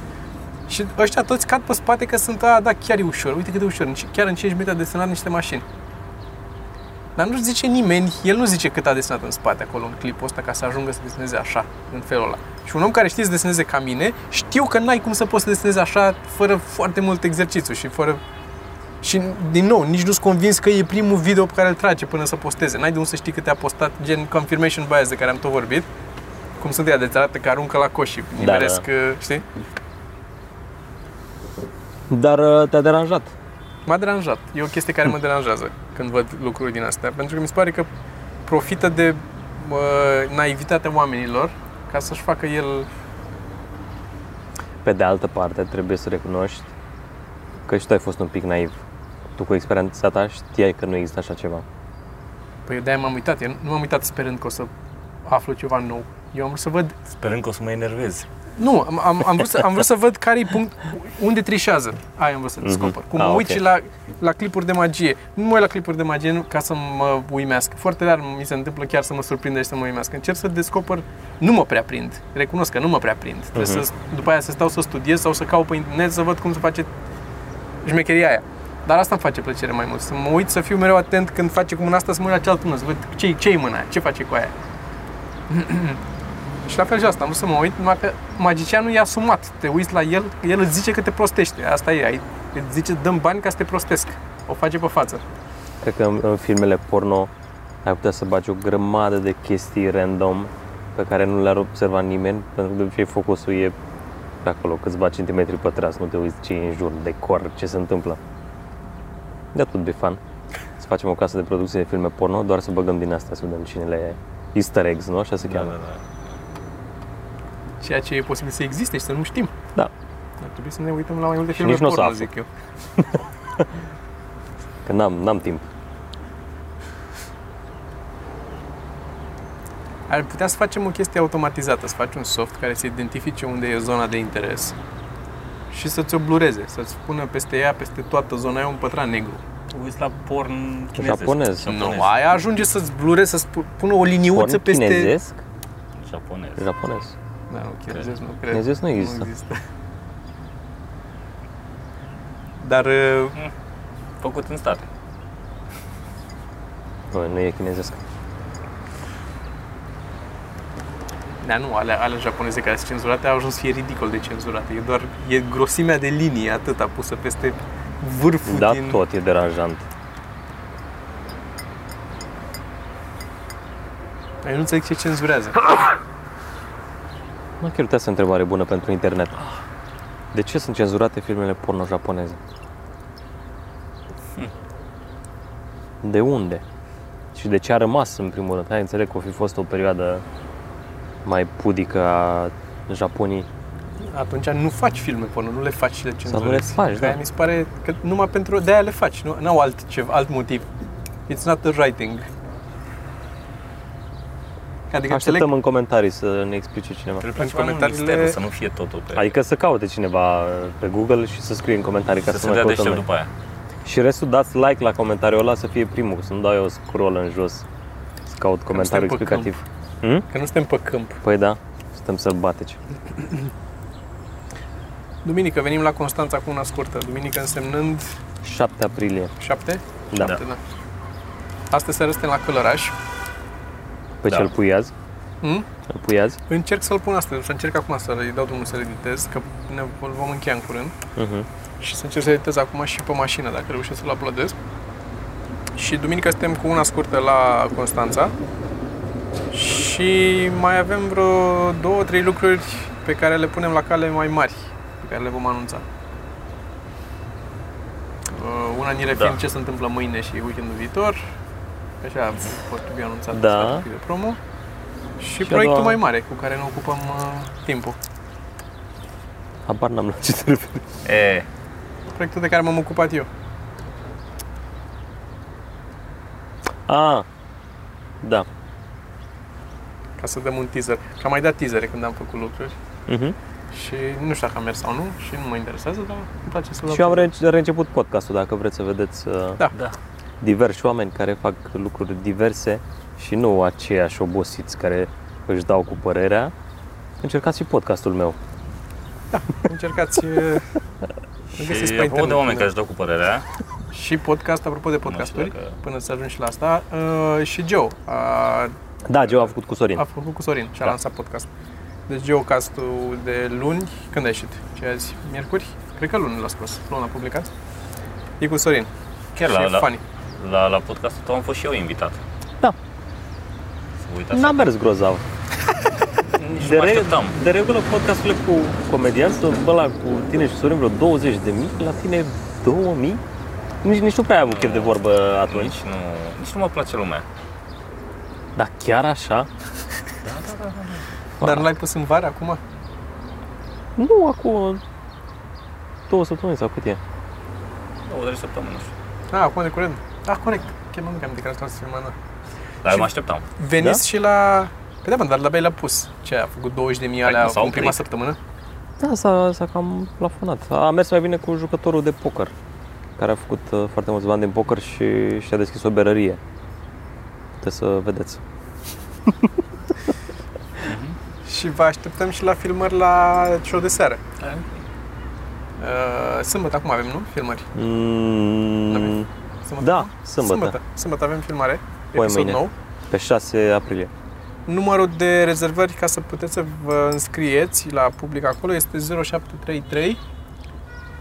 [SPEAKER 1] și ăștia toți cad pe spate că sunt, a, da, chiar e ușor, uite cât de ușor, în ci- chiar în 5 minute a desenat niște mașini. Dar nu zice nimeni, el nu zice cât a desenat în spate acolo în clipul ăsta ca să ajungă să deseneze așa, în felul ăla. Și un om care știe să deseneze ca mine, știu că n-ai cum să poți să desenezi așa fără foarte mult exercițiu și fără... Și, din nou, nici nu-s convins că e primul video pe care îl trage până să posteze. N-ai de unde să știi câte a postat, gen confirmation bias de care am tot vorbit. Cum sunt ea de arată că aruncă la coș și
[SPEAKER 3] da.
[SPEAKER 1] nimeresc, da, da. știi?
[SPEAKER 3] Dar uh, te-a deranjat.
[SPEAKER 1] M-a deranjat. E o chestie
[SPEAKER 3] Hmm.
[SPEAKER 1] care mă deranjează când văd lucruri din astea, pentru că mi se pare că profită de uh, naivitatea oamenilor ca să-și facă el...
[SPEAKER 3] Pe de altă parte, trebuie să recunoști că și tu ai fost un pic naiv. Tu cu experiența ta știai că nu există așa ceva.
[SPEAKER 1] Păi eu de-aia m-am uitat. Eu nu m-am uitat sperând că o să aflu ceva nou. Eu am vrut să văd...
[SPEAKER 2] Sperând că o să mă enervez.
[SPEAKER 1] Nu, am, am, am, vrut, să, am vrut să văd care e punct... Unde trișează. Aia am vrut să descoper. Cum
[SPEAKER 3] Ah,
[SPEAKER 1] mă uit
[SPEAKER 3] ok.
[SPEAKER 1] și la, la clipuri de magie. Nu mă uit la clipuri de magie nu, ca să mă uimească. Foarte rar mi se întâmplă chiar să mă surprindă și să mă uimească. Încerc să descoper nu mă prea prind. Recunosc că nu mă prea prind. Trebuie
[SPEAKER 3] Mhm.
[SPEAKER 1] să, după aia să stau să studiez sau să caut pe internet să văd cum se face șmecheria aia. Dar asta îmi face plăcere mai mult. Să mă uit, să fiu mereu atent când face cu mâna asta, să mă uit la cealaltă mână, să văd ce ce e mâna aia, ce face cu aia. [CLEARS THROAT] și la fel și asta, am vrut să mă uit, numai că magicianul e asumat. Te uiți la el, el îți zice că te prostește. Asta e, ai, îți zice dăm bani ca să te prostesc. O face pe față.
[SPEAKER 3] Cred că în, în filmele porno ai putea să bagi o grămadă de chestii random pe care nu le-ar observa nimeni, pentru că de obicei focusul e pe acolo, câțiva centimetri pătrați, nu te uiți ce e în jur, decor, ce se întâmplă. De tot be fun. Să facem o casă de producție de filme porno, doar să băgăm din astea, să vedem cine le Easter eggs, nu? Așa se
[SPEAKER 2] Da,
[SPEAKER 3] cheamă.
[SPEAKER 2] da, da.
[SPEAKER 1] Ceea ce e posibil să existe și să nu știm.
[SPEAKER 3] Da.
[SPEAKER 1] Ar trebui să ne uităm la mai multe
[SPEAKER 3] Și
[SPEAKER 1] filme
[SPEAKER 3] nici nu o să
[SPEAKER 1] porno,
[SPEAKER 3] aflu.
[SPEAKER 1] zic eu.
[SPEAKER 3] Că n-am, n-am timp.
[SPEAKER 1] Ar putea să facem o chestie automatizată, să faci un soft care să identifice unde e zona de interes și să-ți o blureze, să-ți pună peste ea, peste toată zona aia, un pătrat negru.
[SPEAKER 2] Uiți la porn chinezesc.
[SPEAKER 3] Japonez.
[SPEAKER 2] Japonez.
[SPEAKER 1] Nu, aia ajunge să-ți blureze, să-ți pu- pună o liniuță
[SPEAKER 3] Porn
[SPEAKER 1] peste...
[SPEAKER 3] chinezesc?
[SPEAKER 2] Japonez.
[SPEAKER 3] Japonez.
[SPEAKER 1] Da, nu, chinezesc nu cred.
[SPEAKER 3] Chinezesc nu există.
[SPEAKER 1] Nu există. Dar uh,
[SPEAKER 2] Făcut în state.
[SPEAKER 3] Bă, nu e chinezesc.
[SPEAKER 1] Da, nu, ale, ale japoneze care sunt cenzurate au ajuns să fie ridicol de cenzurate. E doar e grosimea de linie atâta pusă peste vârful
[SPEAKER 3] Da,
[SPEAKER 1] din...
[SPEAKER 3] tot e deranjant.
[SPEAKER 1] Ai Păi nu înțeleg ce cenzurează.
[SPEAKER 3] Mă, chiar uite, asta e o întrebare bună pentru internet. De ce sunt cenzurate filmele porno japoneze? De unde? Și de ce a rămas în primul rând? Hai, înțeleg că o fi fost o perioadă mai pudică a Japoniei.
[SPEAKER 2] Deci
[SPEAKER 1] Atunci nu faci filme porno, nu le faci și le cenzurezi.
[SPEAKER 3] nu le faci,
[SPEAKER 1] Că aia
[SPEAKER 3] da.
[SPEAKER 1] mi se pare că numai pentru... De-aia le faci, nu au alt, ce, alt motiv. It's not the writing. Adică
[SPEAKER 3] Așteptăm
[SPEAKER 1] înțeleg...
[SPEAKER 3] în comentarii să ne explice cineva.
[SPEAKER 1] În
[SPEAKER 2] În comentariile...
[SPEAKER 1] comentariile...
[SPEAKER 2] Să nu fie totul pe...
[SPEAKER 3] Adică să caute cineva pe Google și să scrie în comentarii ca
[SPEAKER 2] să
[SPEAKER 3] să,
[SPEAKER 2] se
[SPEAKER 3] mai
[SPEAKER 2] dea
[SPEAKER 3] căutăm
[SPEAKER 2] deștept după
[SPEAKER 3] noi.
[SPEAKER 2] aia.
[SPEAKER 3] Și restul dați like la comentariul ăla să fie primul, să nu dau eu scroll în jos să caut comentariul
[SPEAKER 1] suntem pe
[SPEAKER 3] explicativ. Hmm?
[SPEAKER 1] Că nu suntem pe câmp.
[SPEAKER 3] Păi da, suntem sălbatici.
[SPEAKER 1] Duminică venim la Constanța cu una scurtă. Duminică însemnând
[SPEAKER 3] 7 aprilie.
[SPEAKER 1] 7?
[SPEAKER 2] Da.
[SPEAKER 3] Da. da.
[SPEAKER 1] Da. Astăzi seara suntem la Călăraș.
[SPEAKER 3] Pe
[SPEAKER 2] Da.
[SPEAKER 3] ce îl pui azi?
[SPEAKER 1] Mm?
[SPEAKER 3] Îl pui azi?
[SPEAKER 1] Încerc să-l pun astăzi, să încerc acum să-i dau drumul să-l editez, că ne îl vom încheia în curând.
[SPEAKER 3] Uh-huh.
[SPEAKER 1] și să încerc să editez acum și pe mașină, dacă reușesc să-l uploadez. Și duminică suntem cu una scurtă la Constanța și mai avem vreo două, trei lucruri pe care le punem la cale mai mari, pe care le vom anunța. manire
[SPEAKER 2] Da.
[SPEAKER 1] Uh, fiind ce se întâmplă mâine și weekendul viitor. Așa pot fi anunțat
[SPEAKER 3] Da.
[SPEAKER 1] da. de promo. Și, și
[SPEAKER 3] a
[SPEAKER 1] proiectul
[SPEAKER 3] doua-
[SPEAKER 1] mai mare cu care ne ocupăm uh, timpul.
[SPEAKER 3] Habar n-am la ce te referi.
[SPEAKER 2] E,
[SPEAKER 1] Proiectul de care m-am ocupat eu.
[SPEAKER 3] A, da.
[SPEAKER 1] Ca să dăm un teaser. Și am mai dat teasere când am făcut lucruri.
[SPEAKER 3] Uh-huh.
[SPEAKER 1] Și nu știu dacă am mers sau nu și nu mă interesează, dar îmi place să
[SPEAKER 3] Și eu am re- reînceput podcastul, dacă vreți să vedeți uh,
[SPEAKER 1] Da.
[SPEAKER 2] da.
[SPEAKER 3] diversi oameni care fac lucruri diverse și nu aceiași obosiți care își dau cu părerea. Încercați și podcastul meu. [LAUGHS]
[SPEAKER 1] Încercați uh, Îl găsiți pe
[SPEAKER 2] Și apropo de
[SPEAKER 1] internet,
[SPEAKER 2] oameni
[SPEAKER 1] da.
[SPEAKER 2] care își dau cu părerea,
[SPEAKER 1] și podcast, apropo de
[SPEAKER 2] Nu
[SPEAKER 1] podcasturi,
[SPEAKER 2] știu dacă-
[SPEAKER 1] până să ajungi și la asta. Uh, și Joe a
[SPEAKER 3] Da, Geo a făcut cu Sorin.
[SPEAKER 1] A făcut cu Sorin și a
[SPEAKER 3] Da.
[SPEAKER 1] lansat podcast. Deci geocastul de luni, când a ieșit? Ce azi? Miercuri? Cred că luni l-a scos, luni a publicat. E cu Sorin.
[SPEAKER 2] chiar
[SPEAKER 1] și
[SPEAKER 2] la,
[SPEAKER 1] e
[SPEAKER 2] la,
[SPEAKER 1] funny.
[SPEAKER 2] la, la podcastul tău am fost și eu invitat.
[SPEAKER 3] Da.
[SPEAKER 2] Să vă uitați.
[SPEAKER 3] N-a mers grozav.
[SPEAKER 2] Nici
[SPEAKER 3] De,
[SPEAKER 2] nu mă
[SPEAKER 3] re-
[SPEAKER 2] așteptam.
[SPEAKER 3] de regulă podcasturile cu comedianți sunt bă, la cu tine și Sorin vreo 20 de mii, la tine 2000? Nici, nici nu prea ai avut chef de vorbă atunci.
[SPEAKER 2] Nici nu, nici nu mă place lumea.
[SPEAKER 3] Dar chiar așa?
[SPEAKER 1] Dar nu l-ai pus în vară acum?
[SPEAKER 3] Nu, acum două săptămâni sau cât e.
[SPEAKER 2] Două, trei săptămâni, nu știu.
[SPEAKER 1] Ah, acum de curând. Ah, corect. Chiar nu am de care să filmăm. da.
[SPEAKER 2] Dar
[SPEAKER 1] Și-
[SPEAKER 2] mă așteptam.
[SPEAKER 1] Veniți da? și la... Păi da, mă, dar la Bea l-a pus. Ce a făcut 20 de mii alea
[SPEAKER 2] nu s-au
[SPEAKER 1] în prima
[SPEAKER 2] oprit.
[SPEAKER 1] săptămână?
[SPEAKER 3] Da, s-a, s-a cam plafonat. A mers mai bine cu jucătorul de poker, care a făcut uh, foarte mulți bani din poker și și-a deschis o berărie. Puteți să vedeți.
[SPEAKER 1] Și vă așteptăm și la filmări la show de seară. Uh, sâmbătă acum avem, nu? Filmări.
[SPEAKER 3] Mm,
[SPEAKER 1] Sâmbătă?
[SPEAKER 3] da, sâmbătă,
[SPEAKER 1] Sâmbătă, sâmbătă avem filmare.
[SPEAKER 3] Poi
[SPEAKER 1] episod
[SPEAKER 3] mâine.
[SPEAKER 1] nou.
[SPEAKER 3] pe 6 aprilie.
[SPEAKER 1] Numărul de rezervări ca să puteți să vă înscrieți la public acolo este 0733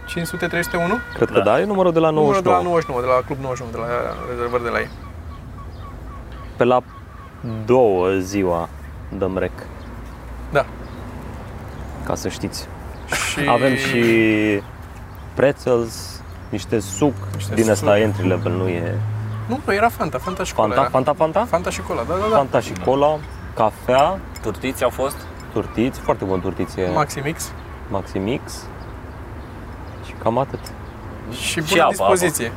[SPEAKER 1] 500 301.
[SPEAKER 3] Cred că
[SPEAKER 2] Da.
[SPEAKER 3] da, e numărul de la
[SPEAKER 1] Numărul de la 99,
[SPEAKER 3] 99.
[SPEAKER 1] de la Club 99, de la rezervări de la ei.
[SPEAKER 3] Pe la două ziua dăm rec,
[SPEAKER 1] Da.
[SPEAKER 3] ca să știți.
[SPEAKER 1] Și
[SPEAKER 3] Avem și pretzels, niște suc,
[SPEAKER 1] Niște
[SPEAKER 3] din
[SPEAKER 1] suc.
[SPEAKER 3] asta entry level, nu e
[SPEAKER 1] Nu, nu, era Fanta, Fanta și Cola.
[SPEAKER 3] Fanta,
[SPEAKER 1] era.
[SPEAKER 3] Fanta, Fanta?
[SPEAKER 1] Fanta și Cola, da, da, da.
[SPEAKER 3] Fanta și cola, cafea,
[SPEAKER 2] Turtiți au fost?
[SPEAKER 3] turtiți, foarte bun turtiție
[SPEAKER 1] Maximix
[SPEAKER 3] Maximix și cam atât.
[SPEAKER 1] și bună
[SPEAKER 2] Și apă,
[SPEAKER 1] dispoziție.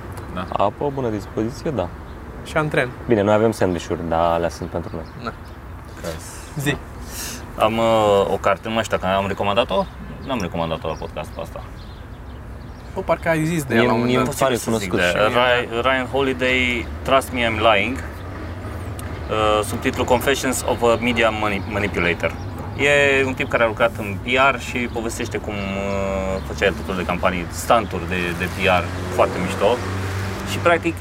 [SPEAKER 3] Apă, bună dispoziție, da.
[SPEAKER 1] Și antren.
[SPEAKER 3] Bine, noi avem sandvișuri, dar alea sunt pentru noi.
[SPEAKER 1] Zi.
[SPEAKER 2] Am uh, o carte, nu mai știu dacă am recomandat-o. N-am recomandat-o la podcast pe asta.
[SPEAKER 1] O parcă ai zis de
[SPEAKER 3] Mie-
[SPEAKER 1] ea la un
[SPEAKER 3] mie
[SPEAKER 1] moment
[SPEAKER 3] îmi
[SPEAKER 1] dat.
[SPEAKER 3] pare
[SPEAKER 2] Ce să zic
[SPEAKER 3] cunoscut
[SPEAKER 2] de-
[SPEAKER 1] și mie.
[SPEAKER 2] Ry- Ryan Holiday, Trust Me I'm Lying, uh, subtitlul Confessions of a Media Mani- Manipulator. E un tip care a lucrat în PR și povestește cum uh, făcea el tot felul de campanii, stanturi de, de PR foarte mișto și practic,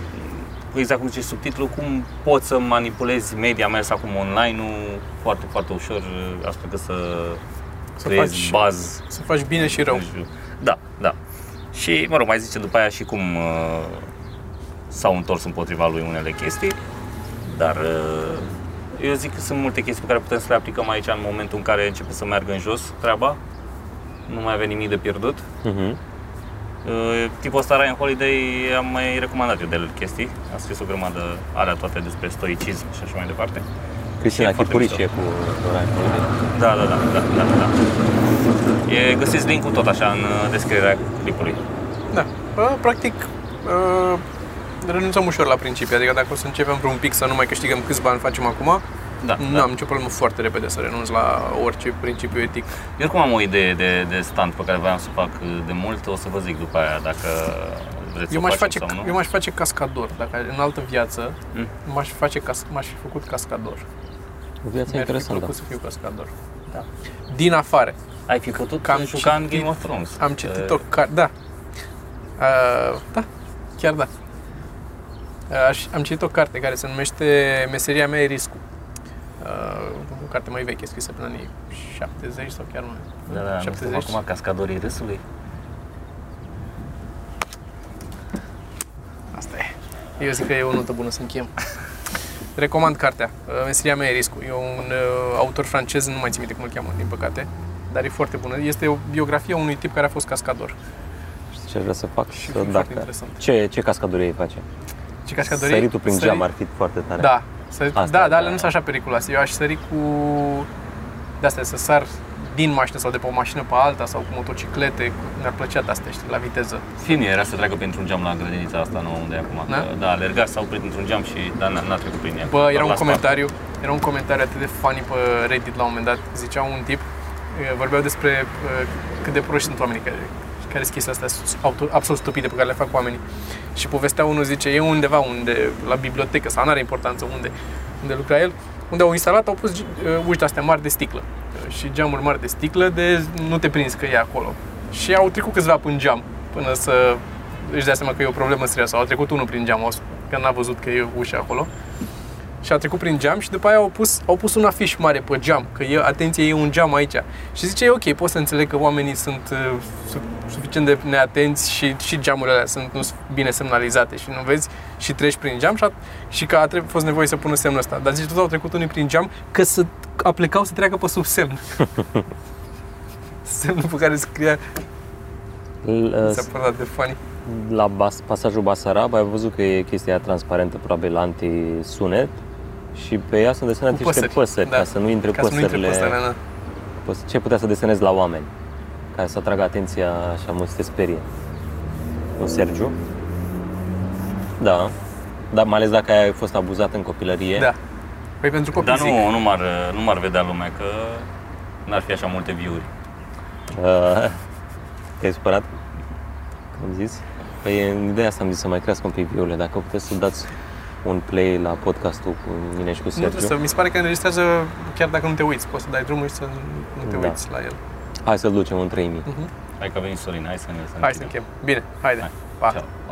[SPEAKER 2] exact cum zice subtitlul, cum poți să manipulezi media, mai ales acum online-ul, foarte, foarte ușor, uh, astfel că să,
[SPEAKER 1] Să
[SPEAKER 2] creezi
[SPEAKER 1] faci-
[SPEAKER 2] baz
[SPEAKER 1] Să faci bine și rău.
[SPEAKER 2] nu știu. Da, da. Și, mă rog, mai zice după aia și cum uh, s-au întors împotriva lui unele chestii, dar uh, eu zic că sunt multe chestii pe care putem să le aplicăm aici în momentul în care începe să meargă în jos treaba, nu mai avem nimic de pierdut.
[SPEAKER 3] Uh-huh.
[SPEAKER 1] Mhm.
[SPEAKER 2] Uh, tipul ăsta, Ryan Holiday, am mai recomandat eu de el chestii, a scris o grămadă, alea toate despre stoicism și așa mai departe.
[SPEAKER 3] Cristina
[SPEAKER 2] E foarte
[SPEAKER 3] Chipuricie cu Ryan Holiday.
[SPEAKER 2] Da, da, da, da, da, da. E, găsiți linkul tot așa în uh, descrierea clipului.
[SPEAKER 1] Da. Bă, practic, uh, renunțăm ușor la principii. Adică dacă o să începem vreun pic să nu mai câștigăm câți bani facem acum,
[SPEAKER 2] Da,
[SPEAKER 1] nu
[SPEAKER 2] da.
[SPEAKER 1] am nicio problemă foarte repede să renunț la orice principiu etic.
[SPEAKER 2] Eu oricum am o idee de, de stand pe care voiam să o fac uh, de mult, o să vă zic după aia dacă vreți
[SPEAKER 1] Eu
[SPEAKER 2] să o
[SPEAKER 1] m-aș,
[SPEAKER 2] facem
[SPEAKER 1] face,
[SPEAKER 2] sau nu.
[SPEAKER 1] eu m-aș face cascador. Dacă în altă viață
[SPEAKER 2] Mm.
[SPEAKER 1] m-aș, face cas, m-aș fi făcut cascador.
[SPEAKER 3] O
[SPEAKER 1] Mi-ar
[SPEAKER 3] viață
[SPEAKER 1] fi
[SPEAKER 3] interesantă.
[SPEAKER 1] plăcut să fiu cascador.
[SPEAKER 2] Da.
[SPEAKER 1] Din afară.
[SPEAKER 2] Ai fi putut
[SPEAKER 1] Că am
[SPEAKER 2] Cam juca în
[SPEAKER 1] citit-
[SPEAKER 2] Game of Thrones.
[SPEAKER 1] Am citit o carte. Da. Uh, da. Chiar da. Aș, am citit o carte care se numește Meseria mea e riscul. Uh, o carte mai veche, scrisă prin anii 70 sau chiar mai
[SPEAKER 2] Da, da, nu suntem acum cascadorii râsului.
[SPEAKER 1] Asta e. Eu zic că e o notă bună să încheiem. Recomand cartea. uh, Meseria mea e riscul. E un uh, autor francez, nu mai țin minte cum îl cheamă, din păcate, dar e foarte bună. Este o biografie a unui tip care a fost cascador.
[SPEAKER 3] Și ce aș vrea să fac.
[SPEAKER 1] Și
[SPEAKER 3] să,
[SPEAKER 1] foarte
[SPEAKER 3] dacă,
[SPEAKER 1] interesant.
[SPEAKER 3] ce, ce cascadorie îi face?
[SPEAKER 1] Ce cascadorii?
[SPEAKER 3] Săritul prin
[SPEAKER 1] sări-
[SPEAKER 3] geam ar fi foarte tare.
[SPEAKER 1] Da, să,
[SPEAKER 3] Asta
[SPEAKER 1] da,
[SPEAKER 3] e,
[SPEAKER 1] da,
[SPEAKER 3] da.
[SPEAKER 1] alea nu sunt așa periculoase. Eu aș sări cu de astea, să sar din mașină sau de pe o mașină pe alta sau cu motociclete, cu- mi-ar plăcea de astea, știi, la viteză.
[SPEAKER 2] Fini era să treacă printr-un geam la grădinița asta nouă unde e acum.
[SPEAKER 1] Da?
[SPEAKER 2] Da, da alerga sau printr-un geam și dar n-a, n-a trecut prin ea.
[SPEAKER 1] Bă, era
[SPEAKER 2] Doar
[SPEAKER 1] un
[SPEAKER 2] la spate.
[SPEAKER 1] comentariu, era un comentariu atât de funny pe Reddit la un moment dat. Zicea un tip, eh, vorbeau despre eh, cât de proști sunt oamenii care, care sunt chestia astea auto- absolut stupide pe care le fac oamenii. Și povestea unul, zice, e undeva unde, la bibliotecă sau nu are importanță unde, unde lucra el, unde au instalat, au pus eh, uși de astea mari de sticlă eh, și geamuri mari de sticlă de nu te prinzi că e acolo. Și au trecut câțiva până geam până să își dea seama că e o problemă serioasă. Au trecut unul prin geam, au spus că n-a văzut că e ușa acolo și a trecut prin geam și după aia au pus, au pus un afiș mare pe geam, că e, atenție, e un geam aici. Și zice, e ok, pot să înțeleg că oamenii sunt uh, su- suficient de neatenți și, și geamurile alea sunt nu sunt bine semnalizate și nu vezi și treci prin geam și, a, și că a tre- fost nevoie să pună semnul ăsta. Dar zice, tot au trecut unii prin geam că să a plecau să treacă pe sub semn. [LAUGHS] Semnul pe care scria
[SPEAKER 3] L-
[SPEAKER 1] s-a părut de funny.
[SPEAKER 3] La bas, pasajul Basarab ai văzut că e chestia aia transparentă, probabil anti-sunet și pe ea sunt desenate
[SPEAKER 1] Cu
[SPEAKER 3] niște
[SPEAKER 1] păsări,
[SPEAKER 3] păsări, păsări
[SPEAKER 1] da.
[SPEAKER 3] ca să nu intre
[SPEAKER 1] Ca să nu intre păsările, na.
[SPEAKER 3] Păs- Ce putea să desenezi la oameni ca să atragă atenția și mult să te sperie? Un Sergiu? Da. Dar mai ales dacă ai fost abuzat în copilărie.
[SPEAKER 1] Da. Păi pentru copii
[SPEAKER 2] Dar
[SPEAKER 1] zic.
[SPEAKER 2] nu, nu m-ar, uh, nu m-ar vedea lumea că n-ar fi așa multe view-uri.
[SPEAKER 3] Uh, te-ai supărat? Cum am zis? Păi în ideea asta am zis să mai crească un pic viule, dacă puteți să dați un play la podcastul cu mine și cu
[SPEAKER 1] Nu
[SPEAKER 3] Sergiu.
[SPEAKER 1] trebuie să, mi se pare că înregistrează chiar dacă nu te uiți, poți să dai drumul și să nu te
[SPEAKER 3] Da.
[SPEAKER 1] uiți la el.
[SPEAKER 3] Hai să-l ducem în 3000.
[SPEAKER 2] Hai că a venit Sorin, hai să ne să ne
[SPEAKER 1] Hai să
[SPEAKER 2] închidem.
[SPEAKER 1] închem. Bine, haide.
[SPEAKER 2] Hai.
[SPEAKER 1] Pa.
[SPEAKER 2] Ceau.